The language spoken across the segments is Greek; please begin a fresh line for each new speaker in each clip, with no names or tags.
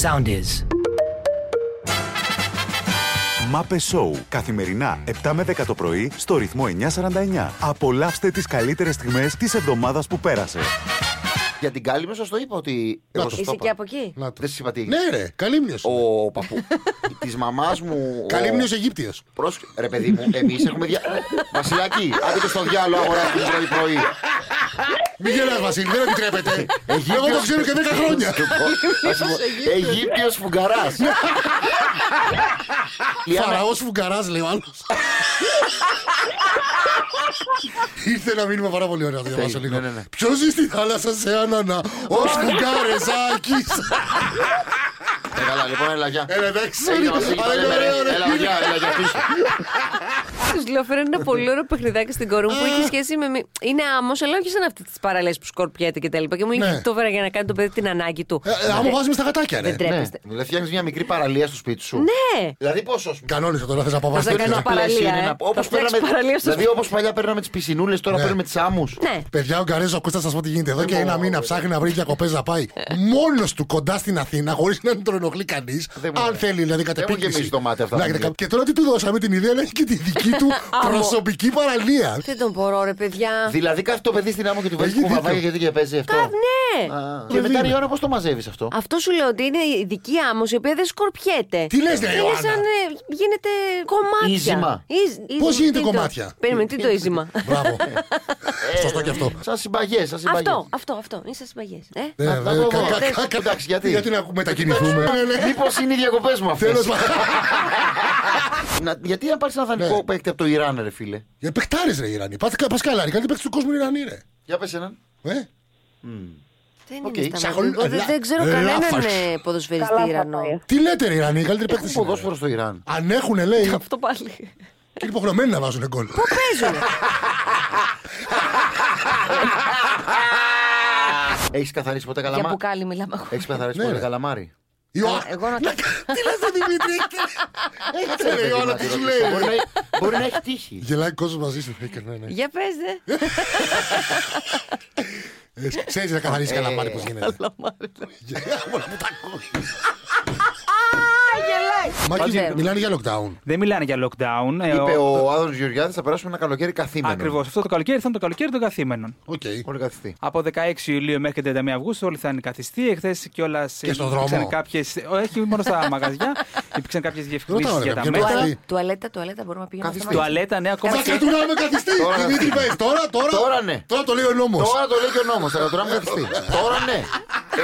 Sound is.
Μάπε Σόου. Καθημερινά 7 με 10 το πρωί στο ρυθμό 949. Απολαύστε τις καλύτερες στιγμές της εβδομάδας που πέρασε.
Για την κάλυμνα σας το είπα ότι.
Να
Εγώ
το.
σας το
Είσαι και
είπα.
από εκεί.
Να το.
Δεν σας είπα τι.
Ναι, ρε, καλύμνιος.
Ο παππού της μαμάς μου. ο-
Καλύμνιος Αιγύπτιος.
Πρόσ- Ρε παιδί μου, εμείς έχουμε δια... Βασιλάκη, άντε και στο διάλογο αγορά την πρωί-πρωί.
Ναι.
Μην γελάς Βασίλη, δεν επιτρέπεται. Εγώ το ξέρω και 10 χρόνια.
Αιγύπτιος φουγκαράς.
Ναι.
Φαραώς φουγκαράς, λέει ο άλλος. Ήρθε ένα μήνυμα πάρα πολύ ωραίο, να το διαβάσω λίγο.
ναι, ναι, ναι.
Ποιος ζει στη θάλασσα σε άνανα, ο φουγκαρεζάκη.
Καλά, λοιπόν, έλα, γεια.
Έλα, Ε, εντάξει,
Έγινε, Βασίλη,
αλλά είναι
καλή μέρα.
ωραίο, ρε.
Έλα, γεια, έλα, γεια, πίσω.
Του λέω φέρνει ένα πολύ ωραίο παιχνιδάκι στην κόρη μου που έχει σχέση με. μη- Είναι άμμος, αλλά όχι σαν αυτή τη παραλέ που σκορπιέται και τα λοιπά. Και μου
Ναι.
είχε το βέρα για να κάνει το παιδί την ανάγκη του.
Ε, ε, Άμα
Δεν-
βάζουμε στα γατάκια, ρε.
Δεν τρέπεστε.
Δηλαδή, φτιάχνεις μια μικρή παραλία στο σπίτι σου.
Ε, Ναι!
Δηλαδή, πόσο. σου-
Κανόνισε τώρα, θες να πάω
Θα σε
βάζεις
κάνω
τέτοια.
παρα- Παραλία,
πλαίσιο είναι
ε. Θα
να- όπως
φτιάξεις
παίρναμε-
παραλία στο
Δηλαδή,
σπίτι.
όπως παλιά παίρναμε τις πισινούλες, τώρα
Ναι.
παίρνουμε τις άμμους.
Ναι.
Παιδιά, ο Γκαρέζος Κώστα, θα σας πω τι γίνεται. Εδώ και
Ε,
ένα
μω,
μήνα
ρε.
ψάχνει να βρει διακοπές να πάει μόνος του κοντά στην Αθήνα, χωρίς να τον ενοχλεί κανείς.
Δεν μου
Αν
λέει.
θέλει, δηλαδή κατ'
Δεν μου
επίκληση.
γεμίζει το μάτι αυτά,
Να,
μου λέει.
Και τώρα τι του δώσαμε την ιδέα, λέει και τη δική του προσωπική παραλία.
Δεν τον μπορώ, ρε παιδιά.
Δηλαδή, κάθε το παιδί στην άμμο και του βάζει
Έχει δίκιο.
κουβαβάκια γιατί και παίζει αυτό.
Κα- Ναι!
Α, Και
Παιδί
μετά η
είναι.
ώρα πώς το μαζεύεις αυτό.
Αυτό σου λέω ότι είναι η δική άμμος η οποία δεν σκορπιέται.
Τι λες, ρε,
Είναι
Ιωάννα?
σαν, ε, γίνεται κομμάτια.
Ίζημα.
Ίζ-
Πώς
ίζημα,
γίνεται
τι
κομμάτια?
Το... Περίμενε, τι το ίζημα.
Μπράβο.
Ε,
Σωστό και αυτό.
Σαν συμπαγές, σαν συμπαγές.
αυτό, αυτό, αυτό. Είσαι συμπαγές. Ε?
Ε,
Να-
ε,
να το
κα-
δω.
κα- κα- κα-
Εντάξει, γιατί. Ε,
Γιατί να μετακινηθούμε. Ναι, ναι.
Μήπως είναι οι διακοπές μου αυτές.
Τέλος πάντων.
Γιατί να πάρεις ένα δανεικό
Ναι.
παίκτη από το Ιράν, ρε φίλε.
Ε, Πεχτάρες, ρε Ιρανή. Πάθε πας καλά, ρε. Κάτι παίξει του κόσμου Ιρανή, ρε.
Για πες έναν.
Ε,
Δεν
Οκ,
είναι στα
σαν
μάτια.
χολ-
Εγώ δεν- Δεν ξέρω
ε,
κανέναν
λάφας.
ε, ποδοσφαιριστή
Καλά θα
Ιρανό.
πάει.
Τι λέτε, ρε Ιρανή, οι καλύτεροι παίκτες
Έχουν
είναι, ρε.
ποδόσφαιρο στο Ιράν.
Αν έχουνε, λέει, και
Αυτό πάλι.
είναι υποχρεωμένοι να βάζουν γκολ.
Παίζουν.
Έχεις καθαρίσει ποτέ
Για
καλαμάρι.
μπουκάλι μιλάμε.
Έχεις καθαρίσει
Ναι,
ποτέ
ρε.
καλαμάρι.
Ιωά-
Εγώ να το.
Τι λες, ρε, Δημήτρη.
Ε,
Έτσι, ρε, η Ιωάννα, τι σου λέει.
Μπορεί να- Μπορεί να έχει τύχει.
Γελάει κόσμος μαζί σου. Ε, και ναι, ναι.
Για πες δε.
Ε, Ξέρεις να καθαρίσει καλαμάρι πώς γίνεται. Ε, Γε- Όλα που τα ακούω. Μάκη,
Ξέρουμε.
μιλάνε για lockdown.
Δεν μιλάνε για lockdown. ε,
Είπε
ο-
ο Άδωνος Γεωργιάδης θα περάσουμε ένα καλοκαίρι καθήμενο.
Ακριβώς. Αυτό το καλοκαίρι θα είναι το καλοκαίρι των καθήμενων.
Οκ.
Όλοι καθιστοί.
Από 16 Ιουλίου μέχρι 31 Αυγούστου όλοι θα είναι καθιστοί. Εχθές κιόλα
στον δρόμο.
κάποιες... Όχι μόνο στα μαγαζιά. Υπήρξαν κάποιες
Ρωτάω,
διευκρινήσει
ρε,
για τα
ποιον
μέτρα.
Τι?
Τουαλέτα, τουαλέτα μπορούμε να πηγαίνουμε.
Καθίστε.
στα μάτια.
Τουαλέτα, ναι, ακόμα
Θα
και.
κρατουράμε καθιστή.
Τώρα, ναι.
Δημήτρη, πες. Τώρα, τώρα.
Τώρα, ναι.
Τώρα το λέει ο νόμος.
Τώρα το λέει και ο νόμος. Θα κατουράμε καθιστή. Τώρα ναι.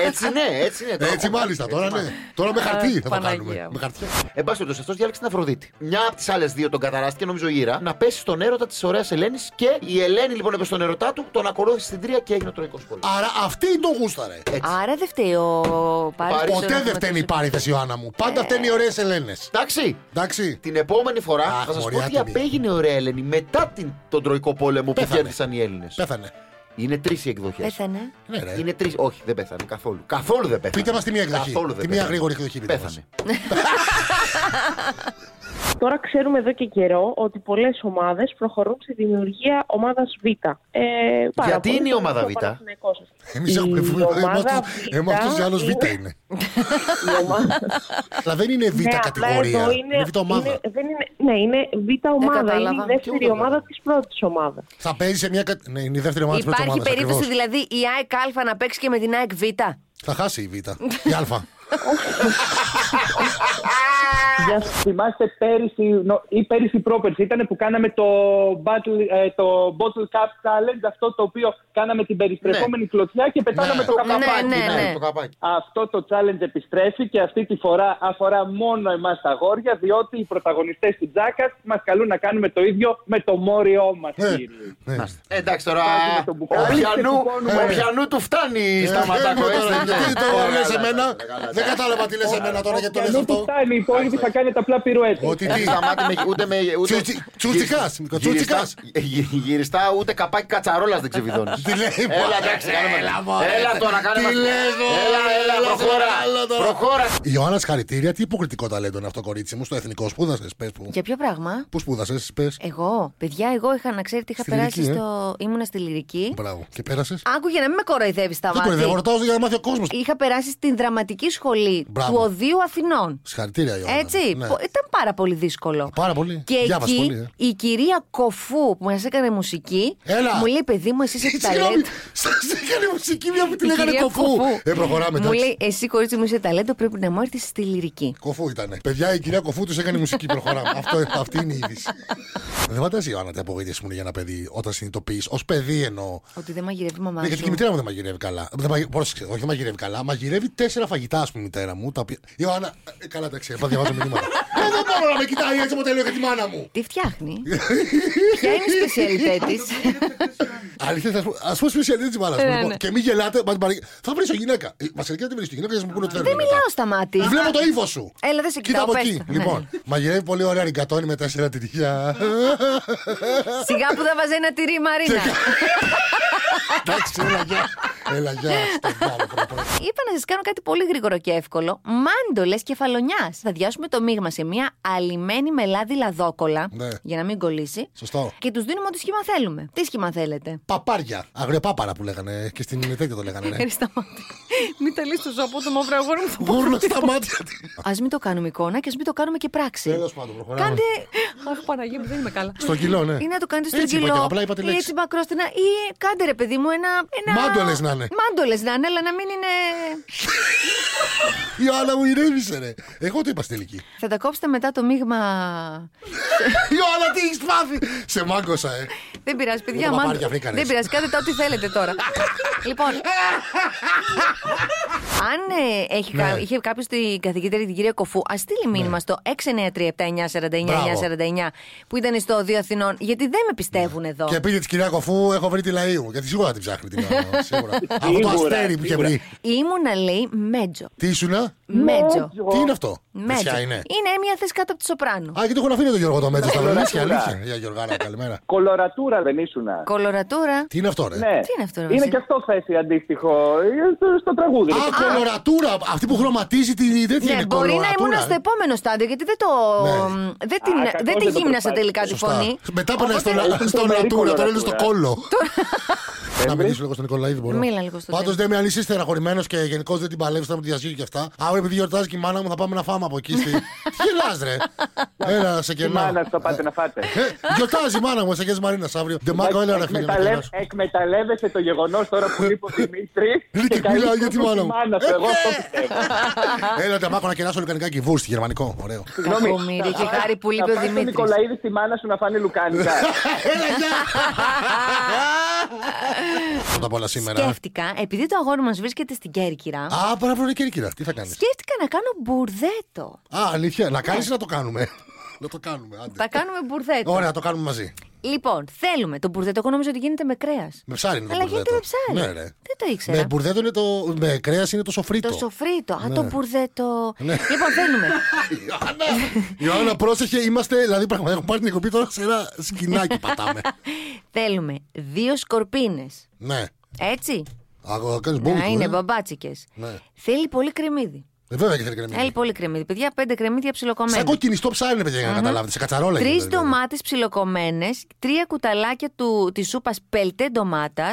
Έτσι ναι, έτσι ναι.
Έτσι μάλιστα, τώρα ναι. Τώρα με χαρτί θα το κάνουμε.
Παναγία.
Με χαρτιά.
Εν πάση περιπτώσει, αυτός διάλεξε την Αφροδίτη. Μια από τις άλλες δύο τον καταράστηκε, νομίζω η Ήρα, να πέσει στον έρωτα της ωραίας Ελένης και η Ελένη λοιπόν έπεσε στον έρωτά του, τον ακολούθησε στην τρία και έγινε ο τροϊκό πόλεμο.
Άρα αυτή τον γούσταρε.
Ε,
Άρα δεν φταίει ο Πάρης.
Ποτέ δεν φταίνει η πάρη Ιωάννα μου. Πάντα φταίνει οι ωραίες Ελένες.
Εντάξει.
Εντάξει.
Την επόμενη φορά
Αχ,
θα σας πω
μωριά,
τι
άτιμη.
απέγινε η ωραία Ελένη μετά την, τον τροϊκό πόλεμο που
Πέθανε.
κέρδισαν οι Έλληνες.
Πέθανε.
Είναι τρεις οι εκδοχές.
Πέθανε.
Ναι, ρε.
Είναι τρεις. Όχι, δεν πέθανε καθόλου. Καθόλου δεν πέθανε.
Πείτε μας τη μία εκδοχή.
Καθόλου δεν
Τη μία
πέθανε.
γρήγορη εκδοχή. πείτε μας.
Πέθανε.
Τώρα ξέρουμε εδώ και καιρό ότι πολλές ομάδες προχωρούν στη δημιουργία ομάδας Β. Ε, πάρα
Γιατί
πολύ
είναι η ομάδα
το
Β?
Παναθηναϊκό σας.
Εμείς
Η
έχουμε
ομάδα Β
Εμά του άλλου Β
είναι-
είναι.
η ομάδα-
Αλλά δεν είναι Β
Ναι, απλά
κατηγορία.
εδώ είναι-
Είναι Β ομάδα.
είναι- δεν είναι- Ναι, είναι Β ομάδα. Είναι
κατάλαβα.
η
Και
δεύτερη
εγώ
ομάδα
δεν-
της πρώτης ομάδας.
Θα παίζει σε μια. κα- Ναι, είναι η δεύτερη ομάδα της πρώτης
Υπάρχει
ομάδας.
περίπτωση δηλαδή η ΑΕΚ Α να παίξει και με την ΑΕΚ Β.
Θα χάσει η Β. Η Α.
Για θυμάστε πέρυσι νο- ή πέρυσι πρόπερσι ήταν που κάναμε το battle, ε, το bottle cap challenge αυτό το οποίο κάναμε την περιστρεφόμενη κλωτσιά και πετάναμε
Ναι.
το καπαπάκι.
Ναι, ναι.
Το καπάκι.
Αυτό το challenge επιστρέφει και αυτή τη φορά αφορά μόνο εμάς τα αγόρια διότι οι πρωταγωνιστές του Τζάκας μας καλούν να κάνουμε το ίδιο με το μόριό μας
Ναι.
κύριε.
Ναι.
Ε, Εντάξει τώρα.
Βάζουμε το
Ο
μπουκάλι και
πιανού,
κουπώνουμε.
ο πιανού του φτάνει στα
Ε,
ματάκια.
τώρα,
έτσι,
Γιατί
ναι.
το
Ωραία,
λες
εντάξει,
εμένα.
καλά,
Δεν κατάλαβα τι λες εμένα τώρα γιατί το λες
Ενώ του
αυτό.
φτάνει, οι υπόλοιποι θα κάνετε απλά πυρουέτες.
Ότι τι.
Σταμάτη με, ούτε με. Ούτε...
Τσούτσι- τσούτσικας, Νίκο,
Γυριστά-
τσούτσικας.
γυ- Γυριστά ούτε καπάκι κατσαρόλας δεν ξεβιδώνεις.
Τι λέει,
Έλα, εντάξει, κάνε
Έλα,
μας.
μωρέ.
Έλα τώρα, κάνε
Τι
μας.
λες, μωρέ,
Έλα, έλα,
έλα,
προχώρα.
σε άλλο τώρα.
Προχώρα.
Η Ιωάννα, συγχαρητήρια. Τι υποκριτικό ταλέντο είναι αυτό, κορίτσι μου, στο εθνικό. Σπούδασες, πες που.
Για ποιο πράγμα.
Πού σπούδασες, πες.
Εγώ, παιδιά, εγώ είχα να ξέρετε, είχα
Στη
περάσει
Λυρική, ε.
στο. Ήμουνα στη λυρική.
Μπράβο. Και πέρασες.
Άκουγε να μην με κοροϊδεύεις τα
Δεν κορυδεύω,
μάτια.
ρωτάω για να μάθει ο κόσμος.
Είχα περάσει στην δραματική σχολή
Μπράβο.
του Οδείου Αθηνών.
Συγχαρητήρια, Ιωάννας.
Έτσι.
Ναι.
Πο- Ήταν πάρα πολύ δύσκολο.
Πάρα πολύ.
Και
Διάβασε
εκεί
πολύ, ε.
η κυρία Κοφού που μας έκανε μουσική
Έλα.
μου λέει: Παιδί μου, εσύ είσαι
Συγγνώμη,
ταλέντο.
σας έκανε μουσική μια που
Η
την έκανε
κυρία
κοφού.
Κοφού.
Ε, προχωράμε
Μου
εντάξει.
λέει: Εσύ, κορίτσι μου, είσαι ταλέντο, πρέπει να μου έρθεις στη λυρική.
Κοφού ήταν. Παιδιά, η κυρία Κοφού τους έκανε μουσική. Προχωράμε. Αυτό, αυτή είναι η είδηση. Δεν φαντάζει η Ιωάννα τι απογοήτευση μου είναι για ένα παιδί όταν συνειδητοποιείς. Ως παιδί εννοώ.
Ότι δεν μαγειρεύει η
Ναι,
μαμά
γιατί
σου.
και η μητέρα μου δεν μαγειρεύει καλά. Δεν μαγει... Πρόσεξε, όχι δεν μαγειρεύει καλά. Μαγειρεύει τέσσερα φαγητά, ας πούμε, η μητέρα μου. Τα οποία... Ιωάννα, ε, καλά τα ξέρω, θα διαβάζω μηνύματα. ε, δεν μπορώ να με κοιτάει έτσι όπως για τη μάνα μου.
Τι φτιάχνει. Ποια είναι η σπεσιαλιτέ της.
Αλήθεια, α πούμε σπεσιαλιτή τη μάνα μου.
Ε, ναι.
Λοιπόν, Και μην γελάτε, μα την παρα- θα βρεις γυναίκα. Ε, Βασιλική, δεν βρεις γυναίκα, γιατί μου πούνε ότι δεν
Δεν
βρίζω γυναίκα.
μιλάω στα μάτια.
Βλέπω το ύφο σου.
Έλα, Ε, δεν σε
Κοίτα
κοιτάω,
από
πες
εκεί.
τα. Ναι.
Λοιπόν, μαγειρεύει πολύ ωραία ριγκατόνι με τέσσερα τυριά.
Σιγά που θα βάζει ένα τυρί, Μαρίνα.
Εντάξει, έλα γεια. Έλα γεια. στον διάλογο, πρώτα, πρώτα.
Είπα να σας κάνω κάτι πολύ γρήγορο και εύκολο. Μάντολες κεφαλονιά. Θα διάσουμε το μείγμα σε μια αλυμένη μελάδι λαδόκολα.
Ναι.
Για να μην κολλήσει.
Σωστό. Ναι.
Και τους δίνουμε ό,τι σχήμα θέλουμε. Τι σχήμα θέλετε.
Παπάρια. Αγριοπάπαρα που λέγανε και στην τέτοια το λέγανε. ναι.
Ευχαριστώ. Μην τα λύσεις το ζώο, το μαύρο αγόρι μου.
Γούρνα στα μάτια της.
Ας μην το κάνουμε εικόνα και ας μην το κάνουμε και πράξη.
Τέλος πάντων, προχωράμε.
Κάντε. Αχ, Παναγία μου, δεν είμαι καλά.
Στο κιλό, ναι.
Ή να το κάνετε στο
Έτσι είπα
κιλό.
και, απλά είπα τη
ή
λέξη.
έτσι μακρόστινα. Ή κάντε ρε, παιδί μου, ένα. ένα...
Μάντολες να είναι.
Μάντολες να είναι, αλλά να μην είναι.
Η Άννα μου ηρέμησε, ρε. Εγώ το είπα στη τελική.
Θα τα κόψετε μετά το μείγμα.
Η Άννα τι έχεις πάθει. Σε μάγκωσα, ε.
Δεν πειράζει, παιδιά.
τα
μάντο-
παπάρια βρήκανες.
Δεν πειράζει, κάντε τα ό,τι θέλετε τώρα. λοιπόν. Αν ε, έχει
Ναι.
κα- είχε κάποιος την καθηγήτρια την κυρία Κοφού, ας στείλει μήνυμα στο 693-7949-949 που ήταν στο 2 Αθηνών, γιατί δεν με πιστεύουν εδώ.
Ναι. Και πήγε της κυρία Κοφού, έχω βρει τη Λαΐου. Γιατί σίγουρα την ψάχνει την Άννα. σίγουρα. Αυτό το αστέρι που είχε βρει.
Ήμουνα, λέει, μέτζο.
Τι ήσουνα.
Μέτζο.
Τι είναι αυτό.
Μέτζο.
Ποια είναι.
μια θέση κάτω από τη Σοπράνο.
Α, και το έχουν αφήνει τον Γιώργο το μέτρο
Ναι,
στα
Λαΐου.
βρελίσια. Αλήθεια. Για Γιωργάνα, καλημέρα.
Κολορατούρα δεν ήσουν.
Κολορατούρα.
Τι είναι αυτό, ρε.
Ναι.
Τι είναι αυτό, ρε,
Είναι
Βασίλη?
και αυτό θέση αντίστοιχο. Είναι στο- Στο τραγούδι.
Α, κολορατούρα! Αυτή που χρωματίζει τη τέτοια
Ναι,
είναι
μπορεί να ήμουν
κολορατούρα,
στο
ε.
επόμενο στάδιο, γιατί δεν το.
Ναι.
Δεν την,
Α, κακό
δεν τη
δεν το
γύμνασα
προσπάθησε.
τελικά τη
Σωστά.
φωνή.
Μετά πάνε στο,
Οπότε-
στο
Τρομερή
Λατούρα, τώρα είναι στο
κολορατούρα.
κόλλο. να μιλήσω λίγο στον Νικολαίδη, μπορώ.
Μίλα λίγο στο
Πάντω,
τέλος.
δεν με αν είσαι στεναχωρημένος και γενικώς δεν την παλεύεις με τη διασύγει και αυτά. Αύριο επειδή γιορτάζει και η μάνα μου θα πάμε να φάμε από εκεί. Στη... Τι γελάς, ρε. Έλα, σε
Η
κενά.
μάνα θα πάτε να φάτε.
Ε, γιορτάζει η μάνα μου, σε κενά Μαρίνα αύριο. Ντε Μάκο, έλα ρε φίλε. να
Ε,
Εκμεταλλεύ-
κεράσω.
Εκμεταλλεύεσαι το γεγονός τώρα που λείπει ο Δημήτρη.
Ναι, και
καλείς
μιλάω για τη
τον
μάνα μου. Ε,
σου, εγώ αυτό πιστεύω.
Έλα, Ντε Μάκο, να κεράσω λουκανικά και βουρ στη γερμανικό. Ωραίο.
Συγγνώμη.
Κακομοίρη,
Θα
και
πας-
χάρη που λείπει ο
Θα πάει στον
Δημήτρης.
Νικολαίδη στη μάνα σου να φάνε λουκάνικα.
Έλα, γεια. Πρώτα απ' όλα σήμερα.
Σκέφτηκα, επειδή το αγόρι μας βρίσκεται στην Κέρκυρα,
Α, παρά είναι κερκύρα. Τι θα κάνεις.
σκέφτηκα να κάνω μπουρδέτο.
Α, αλήθεια. Να κάνεις ή να το κάνουμε. να το κάνουμε, άντε.
Θα κάνουμε μπουρδέτο.
Ωραία, το κάνουμε μαζί.
Λοιπόν, θέλουμε το μπουρδέτο. Εγώ νομίζω ότι γίνεται με κρέας.
Με ψάρι είναι το
Αλλά
μπουρδέτο.
γίνεται με ψάρι.
Ναι, ρε.
Δεν το ήξερα.
Με μπουρδέτο είναι το. Με κρέας είναι το σοφρίτο.
Το σοφρίτο. Α,
Ναι.
το μπουρδέτο.
Ναι.
Λοιπόν, θέλουμε.
Ιωάννα, Ιωάννα, πρόσεχε, είμαστε. Δηλαδή, πραγματικά έχω πάρει την εκπομπή τώρα σε ένα σκηνάκι πατάμε.
θέλουμε δύο σκορπίνες.
ναι.
Έτσι.
Α, κάνεις
Να είναι
μπουρδέτο.
μπαμπάτσικε.
ε. Ναι.
Θέλει πολύ κρεμμύδι.
Ε, βέβαια και θέλει κρεμμύδι.
Θέλει πολύ κρεμμύδι. Παιδιά, πέντε κρεμμύδια ψιλοκομμένα.
Σαν κοκκινιστό ψάρι είναι, παιδιά, για να καταλάβετε. Σε κατσαρόλα
Τρει
γίνεται, δηλαδή.
ντομάτες ψιλοκομμένες, τρία κουταλάκια του, της σούπας πελτέ ντομάτας,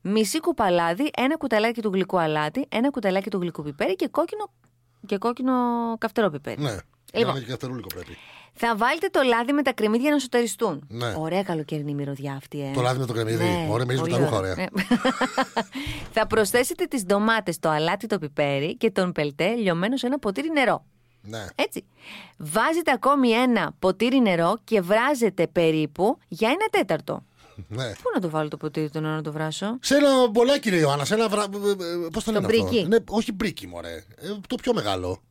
μισή κουπαλάδι, ένα κουταλάκι του γλυκού αλάτι, ένα κουταλάκι του γλυκού πιπέρι και κόκκινο, και κόκκινο καυτερό πιπέρι.
Ναι.
Λοιπόν.
Λοιπόν. Για καυτερούλικο πρέπει.
Θα βάλετε το λάδι με τα κρεμμύδια να σουταριστούν.
Ναι.
Ωραία καλοκαιρινή μυρωδιά αυτή, ε.
Το λάδι με το κρεμμύδι. Ωραία, μυρίζει με
πολύ
τα ρούχα, ωραία.
Ναι. θα προσθέσετε τις ντομάτες, το αλάτι, το πιπέρι και τον πελτέ λιωμένο σε ένα ποτήρι νερό.
Ναι.
Έτσι. Βάζετε ακόμη ένα ποτήρι νερό και βράζετε περίπου για ένα τέταρτο.
ναι.
Πού να το βάλω το ποτήρι το νερό να το βράσω.
Σε ένα μπολάκι, ρε Ιωάννα, σε ένα. Βρα... Πώς το λέμε
μπρίκι.
αυτό. Ναι, όχι μπρίκι, μωρέ. Ε, το πιο μεγάλο.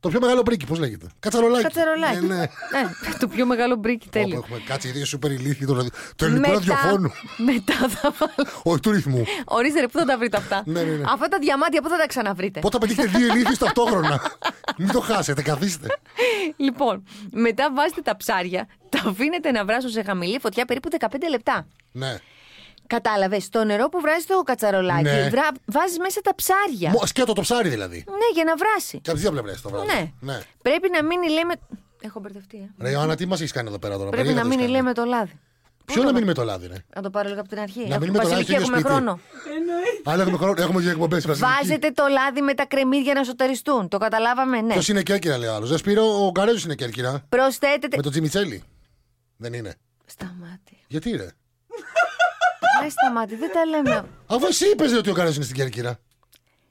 Το πιο μεγάλο μπρίκι, πώς λέγεται. Κατσαρολάκι.
Κατσαρολάκι.
Ναι, ναι.
Ε, το πιο μεγάλο μπρίκι
Όπου
τέλειο.
έχουμε κάτσει δύο σούπερ ηλίθιοι του, ραδι- του ελληνικού ραδιοφώνου.
μετά θα βάλω.
Όχι του ρυθμού.
Ορίστε ρε, πού θα τα βρείτε αυτά.
Ναι, ναι, ναι.
Αυτά τα διαμάτια πού θα τα ξαναβρείτε.
Πότε θα πετύχετε δύο ηλίθιου ταυτόχρονα. Μην το χάσετε, καθίστε.
λοιπόν, μετά βάζετε τα ψάρια, τα αφήνετε να βράσουν σε χαμηλή φωτιά περίπου 15 λεπτά.
Ναι.
Κατάλαβες, το νερό που βράζει το κατσαρολάκι,
Ναι.
βρα... βάζεις μέσα τα ψάρια.
Μο- Σκέτο το ψάρι δηλαδή.
Ναι, για να βράσει.
Και από τις δύο πλευρές το βράδυ.
Ναι. Πρέπει να μείνει, λέμε. Έχω μπερδευτεί. ε.
Ρε Ιωάννα, τι μας έχεις κάνει εδώ πέρα τώρα.
Πρέπει
περίεργα
να
το έχεις
μείνει,
κάνει.
λέμε το λάδι.
Ποιο να μείνει με το λάδι, ναι.
Να το πάρω λίγο από την αρχή.
μείνει
Έχουμε-
με το λάδι
Βασιλική,
στο ίδιο
έχουμε
σπίτι.
χρόνο.
Αλλά έχουμε χρόνο, έχουμε και εκπομπέ.
Βάζετε το λάδι με τα κρεμμύδια να σοταριστούν. Το καταλάβαμε, ναι.
Ποιος είναι κέρκυρα, λέει ο άλλος. Δεν σπίρο, ο Γκαρέζος είναι κέρκυρα.
Προσθέτετε.
Με τον Τζιμιτσέλη. Δεν είναι.
Σταμάτη.
Γιατί ρε.
Ναι, σταμάτη, δεν τα λέμε.
Αφού εσύ είπες ότι ο Γκαρέζο είναι στην κέρκυρα.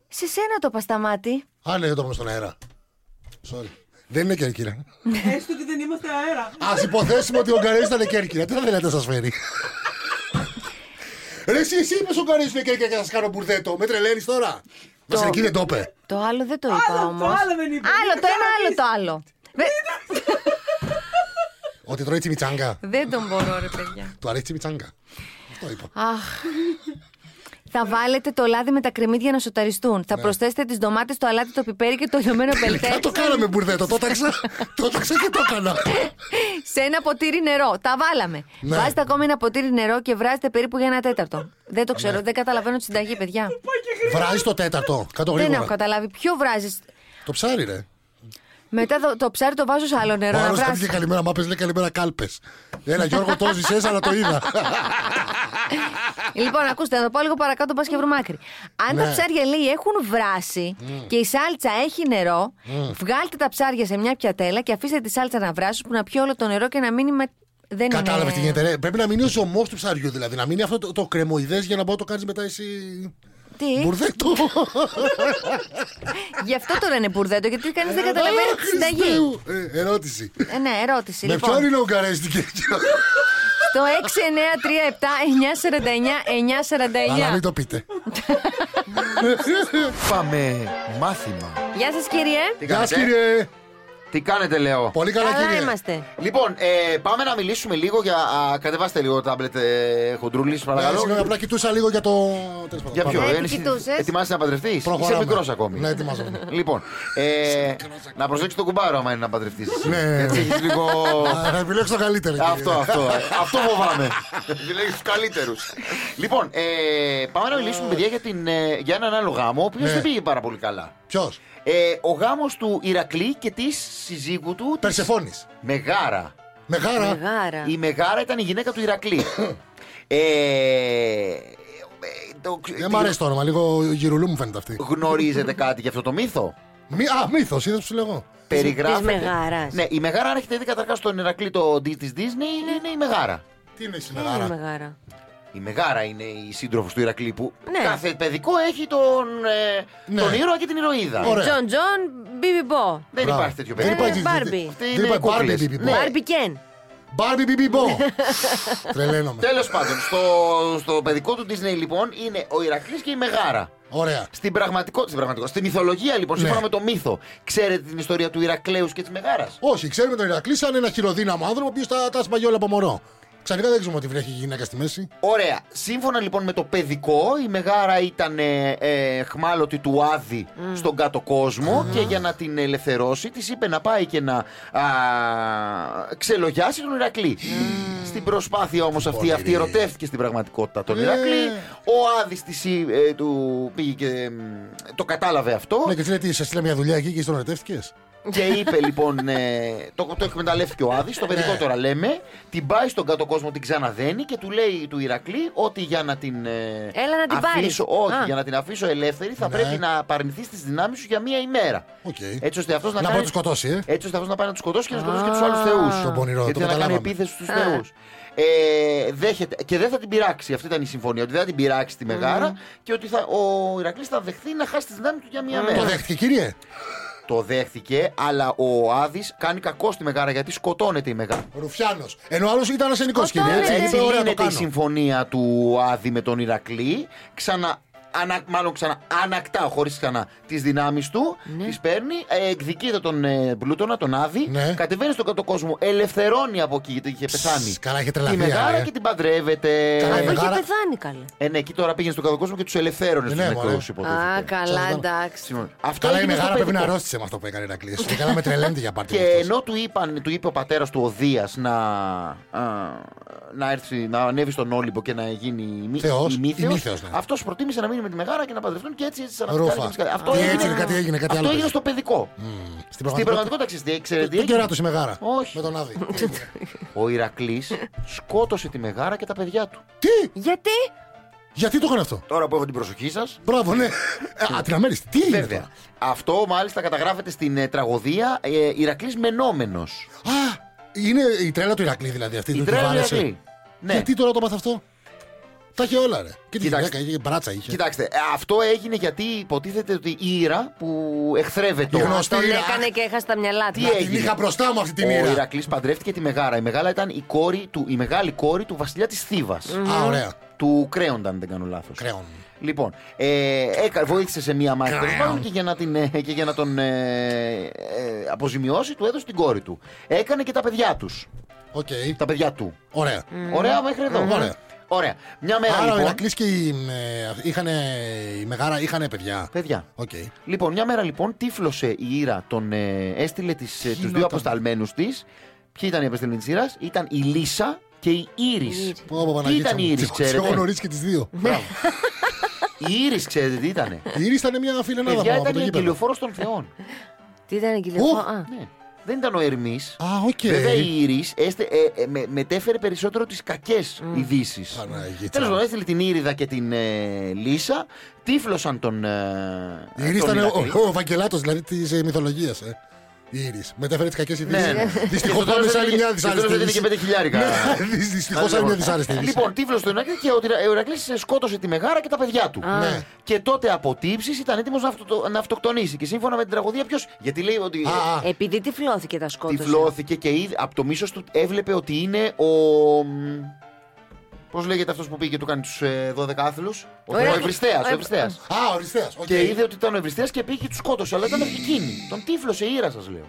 Σε σένα το είπα, σταμάτη.
Α, ναι, δεν το είπαμε στον αέρα. Sorry. Δεν είναι κέρκυρα.
Έστω ότι δεν είμαστε αέρα.
Ας υποθέσουμε ότι ο Γκαρέζο ήταν κέρκυρα. Τι θα θέλετε να σας φέρει. Ρε, εσύ, εσύ είπες ο Γκαρέζο είναι κέρκυρα και θα σας κάνω μπουρδέτο. Με τρελαίνεις τώρα. Βασιλική δεν το είπε.
Το άλλο δεν το είπα
το
όμως.
άλλο δεν είπα.
Άλλο
Μην
το
το
ένα, άλλο
κάνεις.
το άλλο. Δε-
Ότι τρώει τσιμιτσάγκα.
Δεν τον μπορώ, ρε παιδιά.
Του αρέσει τσιμιτσάγκα. Αυτό είπα.
Αχ. Θα βάλετε το λάδι με τα κρεμμύδια να σοταριστούν. Θα προσθέσετε τις ντομάτες, το αλάτι, το πιπέρι και το λιωμένο
Ναι. Θα το
πελτέ
κάναμε μπουρδέτο. Το τάξα, το τάξα και το έκανα.
σε ένα ποτήρι νερό. Τα βάλαμε.
Ναι.
Βάζετε ακόμη ένα ποτήρι νερό και βράζετε περίπου για ένα τέταρτο. Δεν το
Ναι.
ξέρω, δεν καταλαβαίνω τη συνταγή, παιδιά.
Βράζει το τέταρτο. Κάτω
Δεν έχω
γρήγορα.
καταλάβει. Ποιο βράζεις.
Το ψάρι, ρε.
Μετά το, το ψάρι το βάζω σε άλλο
Ο
νερό να
άλλος θα
βράσει.
πήγε καλημέρα, μα πες, λέει καλημέρα κάλπες. Έλα, Γιώργο, το ζησες, αλλά το είδα.
Λοιπόν, ακούστε, να το πάω λίγο παρακάτω, πας και βρούμε άκρη. Αν τα
Ναι. Mm.
ψάρια λέει έχουν βράσει και η σάλτσα έχει νερό, βγάλτε τα ψάρια σε μια πιατέλα και αφήστε τη σάλτσα να βράσουν που να πιει όλο το νερό και να μείνει με. Δεν
Κατάλαβε
είναι... ναι.
τι γίνεται. ρε. Πρέπει να μείνει ο ζωμός του ψαριού, δηλαδή. Να μείνει αυτό το, το κρεμοειδές για να μπορεί να το κάνεις μετά εσύ.
Τι?
Μπουρδέτο.
Γι' αυτό το λένε μπουρδέτο, γιατί κανείς δεν καταλαβαίνει
Α,
τη συνταγή.
Χριστέ μου. Ε, ερώτηση.
Ε, ναι, ερώτηση.
Με
λοιπόν.
ποιον είναι ο Γκαρέζη στην Κέρκυρα.
Το 6937-949-949.
Αλλά μην το πείτε.
Πάμε μάθημα.
Γεια σας, κύριε.
Τι
Γεια
κάνετε,
σας, κύριε.
τι κάνετε λέω.
Πολύ καλά,
Καλά
κύριε.
είμαστε.
Λοιπόν, ε, πάμε να μιλήσουμε λίγο για. Α, κατεβάστε λίγο το τάμπλετ, ε, χοντρούλης,
Ε,
παρακαλώ.
Συγγνώμη, απλά κοιτούσα λίγο για το. τέλος πάντων,
για
πάμε.
ποιο,
Ναι,
ε,
τι
εσύ-
κοιτούσες?
Ετοιμάσαι να παντρευτείς. Είσαι
Προχωράμε.
μικρός ακόμη.
Ναι, ετοιμάζομαι.
Λοιπόν, ε, να προσέξεις τον κουμπάρο άμα είναι να παντρευτείς.
Ναι.
Έτσι έχεις λίγο.
Α, Ε, Θα επιλέξω το καλύτερο. κύριε.
αυτό, αυτό. ε. αυτό φοβάμαι. Επιλέγεις τους καλύτερους. Λοιπόν, ε, πάμε να μιλήσουμε, παιδιά, για, την, ε, για έναν άλλο γάμο, ο οποίος
Ναι.
δεν πήγε πάρα πολύ καλά.
Ποιος?
Ε, ο γάμος του Ηρακλή και της συζύγου του. της
Περσεφόνης.
Μεγάρα.
Με χάρα.
Γάρα.
Η Μεγάρα ήταν η γυναίκα του Ηρακλή. ε, ε, το,
Δεν μ' αρέσει το όνομα, λίγο γυρουλού μου φαίνεται αυτή.
Γνωρίζετε κάτι για αυτό το μύθο.
Μη, α, μύθος, είδα που σου λέγω.
Περιγράφεται.
της Μεγάρας.
Ναι, η Μεγάρα, αν έχετε δει καταρχά τον Ηρακλή το D της Disney, είναι, είναι η Μεγάρα.
Τι είναι η
Γάρα.
συνεργάρα.
Γάρα.
Η Μεγάρα είναι η σύντροφος του Ηρακλή που
Ναι.
κάθε παιδικό έχει τον, ε,
Ναι.
τον ήρωα και την ηρωίδα.
Ωραία.
Τζον Τζον, Μπίμπι Μπό.
Δεν
Μπράβο.
υπάρχει τέτοιο
Δεν
παιδί.
Ε,
υπάρχει.
Μπάρμπι.
Αυτή
Δεν
είναι
υπάρχει. Μπάρμπι,
κούκλες.
μπι, μπι, μπι.
Ε, Ναι.
Μπάρμπι Κέν.
Μπάρμπι μπιμπιμπό. Τρελαίνομαι.
Τέλος πάντων, στο, στο παιδικό του Disney λοιπόν είναι ο Ηρακλής και η Μεγάρα.
Ωραία.
Στην πραγματικότητα, στην, πραγματικότητα, στην μυθολογία λοιπόν,
Ναι.
σύμφωνα με το μύθο, ξέρετε την ιστορία του Ηρακλέους και της Μεγάρας.
Όχι, ξέρουμε τον Ηρακλή σαν ένα χειροδύναμο άνθρωπο που τα, τα σπαγεί όλα από μωρό. Ξαφνικά δεν ξέρουμε ότι βρέχει γυναίκα στη μέση.
Ωραία. Σύμφωνα λοιπόν με το παιδικό, η Μεγάρα ήταν ε, ε, χμάλωτη του Άδη
Mm.
στον κάτω κόσμο και για να την ελευθερώσει, της είπε να πάει και να α, ξελογιάσει τον Ηρακλή.
Mm.
Στην προσπάθεια όμως αυτή, αυτή ερωτεύτηκε στην πραγματικότητα τον
Ε.
Ηρακλή. Ο Άδης του πήγε και μ, το κατάλαβε αυτό.
Ναι, και φίλε, τι, σε στείλε μια δουλειά εκεί και στον ερωτεύτηκες.
Και είπε λοιπόν. ε, το, το εκμεταλλεύτηκε ο Άδης, το παιδικό
Ναι.
τώρα λέμε. Την πάει στον κάτω κόσμο, την ξαναδένει και του λέει του Ηρακλή ότι για να την. ε,
Έλα να την
αφήσω,
πάρεις.
Όχι,
Α.
για να την αφήσω ελεύθερη θα
Ναι.
πρέπει να απαρνηθεί τις δυνάμεις σου για μία ημέρα.
Οκ.
Έτσι ώστε αυτός να,
Να μπορεί να
κάνει.
το σκοτώσει, ε.
Έτσι ώστε αυτός να πάει να του σκοτώσει και να σκοτώσει και τους άλλους θεούς.
Τον πονηρό,
Γιατί
το
να κάνει
καταλάβαμε.
επίθεση στους θεούς. Ε, δέχεται. Και δεν θα την πειράξει. Αυτή ήταν η συμφωνία. Ότι δεν θα την πειράξει τη Μεγάρα και ότι θα, ο Ηρακλής θα δεχθεί να χάσει τις δυνάμεις του για μία μέρα.
Το δέχτηκε, κύριε.
Το δέχτηκε, αλλά ο Άδης κάνει κακό στη Μεγάρα γιατί σκοτώνεται η Μεγάρα.
Ρουφιάνος. Ενώ άλλος ήταν ασενικό, κύριε.
Σκοτώνεται.
Έτσι,
Έτσι
είπε, ωραία, το
λύνεται η
κάνω.
συμφωνία του Άδη με τον Ηρακλή. Ξανα ανα, μάλλον ξανά, ανακτά, χωρίς ξανά, τις δυνάμεις του, ναι. τις παίρνει, ε, εκδικείται τον ε, Πλούτονα, τον Άδη,
Ναι.
κατεβαίνει στον κάτω κόσμο, ελευθερώνει από εκεί γιατί είχε πεθάνει.
καλά,
Τη
είχε τρελαθεί,
Μεγάρα
ε.
και την παντρεύεται.
Καλά,
Εδώ
Ε,
η
είχε
Μεγάρα-
πεθάνει καλέ.
ε, ναι, εκεί τώρα πήγαινε στον κάτω κόσμο και τους ελευθέρωνε
Ναι,
του
μωρέ.
νεκρού, υποτίθεται.
Α, καλά,
Σαν-
εντάξει.
Συγγνώμη. Αυτό
Καλά, η
έγινε στο
μεγάλα πρέπει να
παιδικό.
αρρώστησε με αυτό που έκανε η Ρακλή. Καλά, με τρελαίνετε για πάρτι.
Και ενώ του, είπαν, του είπε ο πατέρας του ο Δίας να, α, να, έρθει, να ανέβει στον Όλυμπο και να γίνει ημί-
Θεός,
ημίθεος,
ημίθεος, ναι.
αυτός προτίμησε να μείνει με τη Μεγάρα και να παντρευτούν και έτσι έτσι σαν
Ρούφα.
Αυτό
Τι
έγινε-
έτσι, κάτι έγινε, κάτι
αυτό
άλλο
έγινε
πες.
στο παιδικό.
Στην
Στην
πραγματικότητα.
πραγματικότητα ξέρεις τι ξέρετε τι
Τον
έγινε.
κεράτο η Μεγάρα.
Όχι.
Με τον Άδη.
Ο Ηρακλής σκότωσε τη Μεγάρα και τα παιδιά του.
Τι,
Γιατί
γιατί το έκανε αυτό.
Τώρα που έχω την προσοχή σας.
Μπράβο, ναι. Ε, Α, την αμέριστη. Τι είναι
Βέβαια.
τώρα.
Αυτό μάλιστα καταγράφεται στην ε, τραγωδία ε, Ηρακλής Μενόμενος.
Α, είναι η τρέλα του Ηρακλή δηλαδή αυτή.
Η
του τη
τρέλα
βάρεσε.
Ηρακλή. Ναι.
Γιατί τώρα το μάθα αυτό. Τα είχε όλα, ρε. Και τη
Κοιτάξτε.
γυναίκα, είχε μπράτσα είχε.
Κοιτάξτε, ε, αυτό έγινε γιατί υποτίθεται ότι η Ήρα που εχθρεύεται.
Η γνωστή
Τον
Ήρα.
έκανε και έχασε τα μυαλά του.
Τι ε-
Την
έγινε.
είχα μπροστά μου αυτή την
Ο
ήρα.
Ηρακλής παντρεύτηκε τη Μεγάρα. Η, μεγάλα ήταν η, κόρη του, η μεγάλη κόρη του βασιλιά της Θήβας.
Α, ωραία.
Του Κρέοντα, αν δεν κάνω λάθος.
Κρέον.
Λοιπόν, ε, έκα- βοήθησε σε μία μάχη
Κρέον.
τέλος πάντων, και, για να την, ε, και για να τον ε, ε, αποζημιώσει, του έδωσε την κόρη του. Έκανε και τα παιδιά τους.
Οκ.
Τα παιδιά του.
Ωραία.
Ωραία μέχρι εδώ.
Ωραία.
Ωραία. Μια μέρα
Άρα ο
λοιπόν.
Ηρακλής και η, ε, είχανε- η Μεγάρα είχαν παιδιά.
Παιδιά.
Οκ.
Λοιπόν, μια μέρα λοιπόν τύφλωσε η Ήρα, τον, ε, έστειλε τις, ε, τους δύο αποσταλμένους της. Ποιοι ήταν οι αποσταλμένοι της Ήρας, ήταν η Λίσα και η Ήρης.
Πω, πω,
Τι
Παναγίτσα
ήταν η
μου.
Ήρης,
Τις- τις Έχω
ξέρετε.
γνωρίσει και τις δύο.
η Ήρης, ξέρετε τι ήτανε.
Η Ήρης ήταν μια φιλενάδα
Παιδιά
μου από
ήταν
το
η
γήπεδο.
εγκυλιοφόρος των θεών.
Τι ήταν εκεί λοιπόν.
Ου.
Α,
ναι. Δεν ήταν ο Ερμής.
Α, οκ.
Βέβαια η Ήρης έστε, ε, ε, με- μετέφερε περισσότερο τις κακές ειδήσεις.
Παναγίτσα
Τέλος
μου.
πάντων, έστειλε την Ήριδα και την ε, Λίσα, τύφλωσαν τον. Ε,
Η Ήρη
τον
ήταν ο,
Ηρακλή.
ο, βαγγελάτος δηλαδή της μυθολογίας. Ε. Η Ήρη. Μετέφερε τι κακές
Ναι, ναι.
ειδήσει.
Και
Δυστυχώ
στο τέλος
πάμε σε
έδινε
άλλη
και-
μια
στο τέλος
δυσάρεστη
έδινε και πέντε χιλιάρικα.
Δυστυχώ άλλη
Λοιπόν,
μια δυσάρεστη είδηση.
Λοιπόν, τύφλο του Ηρακλή και ο Τυρα- ο Ηρακλής σκότωσε τη Μεγάρα και τα παιδιά του.
Ναι.
Και τότε από τύψει ήταν έτοιμος να, αυτο- να αυτοκτονήσει. Και σύμφωνα με την τραγωδία, ποιος. Γιατί λέει ότι.
Α, ναι. α,
επειδή τυφλώθηκε τα σκότωσε.
Τυφλώθηκε και είδε, από το μίσος του έβλεπε ότι είναι ο. Πώς λέγεται αυτός που πήγε και του κάνει τους 12 άθλους. Ο,
Ωραία.
Ευριστέα. Ο
Ε,
Ευριστέας.
α, οριστέας, οκ.
Και είδε ότι ήταν ο Ευριστέα και πήγε και τους σκότωσε. Αλλά ήταν εκείνη. Τον τύφλωσε η ήρας, σας λέω.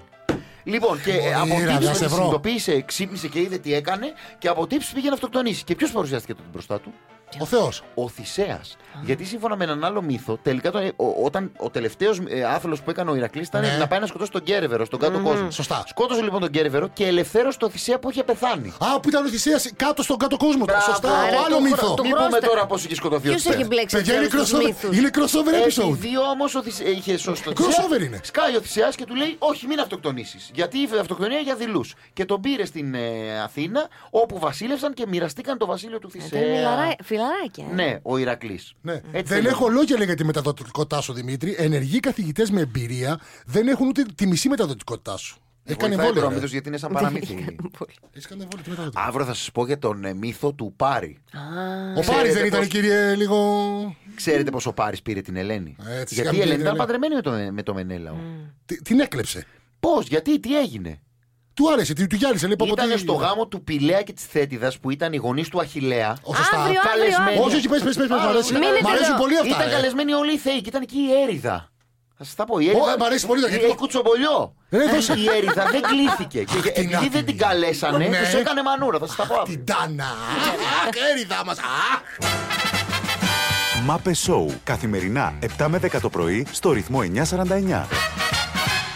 Λοιπόν, και
Μωρή
ε, από
ήρα,
τύψη
να σε
τη
βρω.
συνειδητοποίησε, ξύπνησε και είδε τι έκανε και από τύψη πήγε να αυτοκτονήσει. Και ποιος παρουσιάστηκε τότε μπροστά του,
Ο Θεός.
ο Θησέας. Γιατί σύμφωνα με έναν άλλο μύθο, τελικά το- ε, ο, όταν ο τελευταίος ε, άθλος που έκανε ο Ηρακλής ήταν
Ναι.
να πάει να σκοτώσει τον Κέρβερο στον κάτω κόσμο.
Σωστά.
Σκότωσε λοιπόν τον Κέρβερο και ελευθέρωσε τον Θησέα που είχε πεθάνει.
Α, που ήταν ο Θησίας κάτω στον κάτω κόσμο. Σωστά,
Άρα
ο άλλο
το-
μύθο. Ε,
το-
Μην
Μπρόστα.
πούμε τώρα πώς είχε σκοτωθεί ο
Ποιος έχει
Θησέας.
μπλέξει
Παιδιά, είναι
όλους τους
crossover,
μύθους.
είναι crossover episode.
Επειδή όμω είχε σωστό.
Crossover είναι.
Σκάει ο Θησέα και του λέει: Όχι, μην αυτοκτονήσεις. Γιατί η αυτοκτονία για δειλούς. Και τον πήρε στην ε, Αθήνα, όπου βασίλευσαν και μοιραστήκαν το βασίλειο του Θησέα.
Ήταν μιλαρά- φιλαράκια. ε.
ε, Ναι, ο Ηρακλής.
Ναι. δεν έχω λόγια λέει, για τη μεταδοτικότητά σου, Δημήτρη. Ενεργοί καθηγητές με εμπειρία δεν έχουν ούτε τη μισή μεταδοτικότητά σου.
Ε,
Έχεις κάνει εμβόλιο. ρε.
γιατί είναι σαν παραμύθι.
Έχεις κάνει εμβόλιο, τι μεταδοτικότητα.
Αύριο θα σας πω για τον ε, μύθο του Πάρη.
Ο Πάρης δεν
Ξέρετε
ήταν,
πώς-
κύριε, λίγο.
Ξέρετε πώ ο Πάρης πήρε την Ελένη.
Έτσι,
γιατί η
είχαμε
Ελένη ήταν
την Ελένη.
παντρεμένη με τον, με τον Μενέλαο.
Τι- Την έκλεψε.
Πώς, γιατί, τι έγινε.
Του άρεσε, του του γυάλισε. λέει, πω, πω,
Ήταν
τι-
στο γάμο του Πηλέα και της Θέτιδας που ήταν οι γονείς του Αχηλέα.
Ο, σωστά.
Αύριο, αύριο,
Καλεσμένοι.
αύριο.
Όχι, όχι, πες, πες, πες, μ' αρέσει.
Μείνετε
Μ' αρέσουν
εδώ.
πολύ αυτά.
Ήταν
ε.
καλεσμένοι όλοι οι Θεοί και ήταν και η Έριδα. Θα σας τα πω, η Έριδα.
ε, μ' αρέσει πολύ το
η-
γιατί-
η κουτσομπολιό.
Ρε, δώσε.
Η Έριδα δεν κλείθηκε. Και
Αχ, την
επειδή
άτιμη.
δεν την καλέσανε,
Ναι.
τους έκανε μανούρα. Θα σας τα πω. αύριο.
Την Τάνα. Κέριδα μα.
Μάπε Σόου. Καθημερινά 7 με 10 το πρωί στο ρυθμό 949.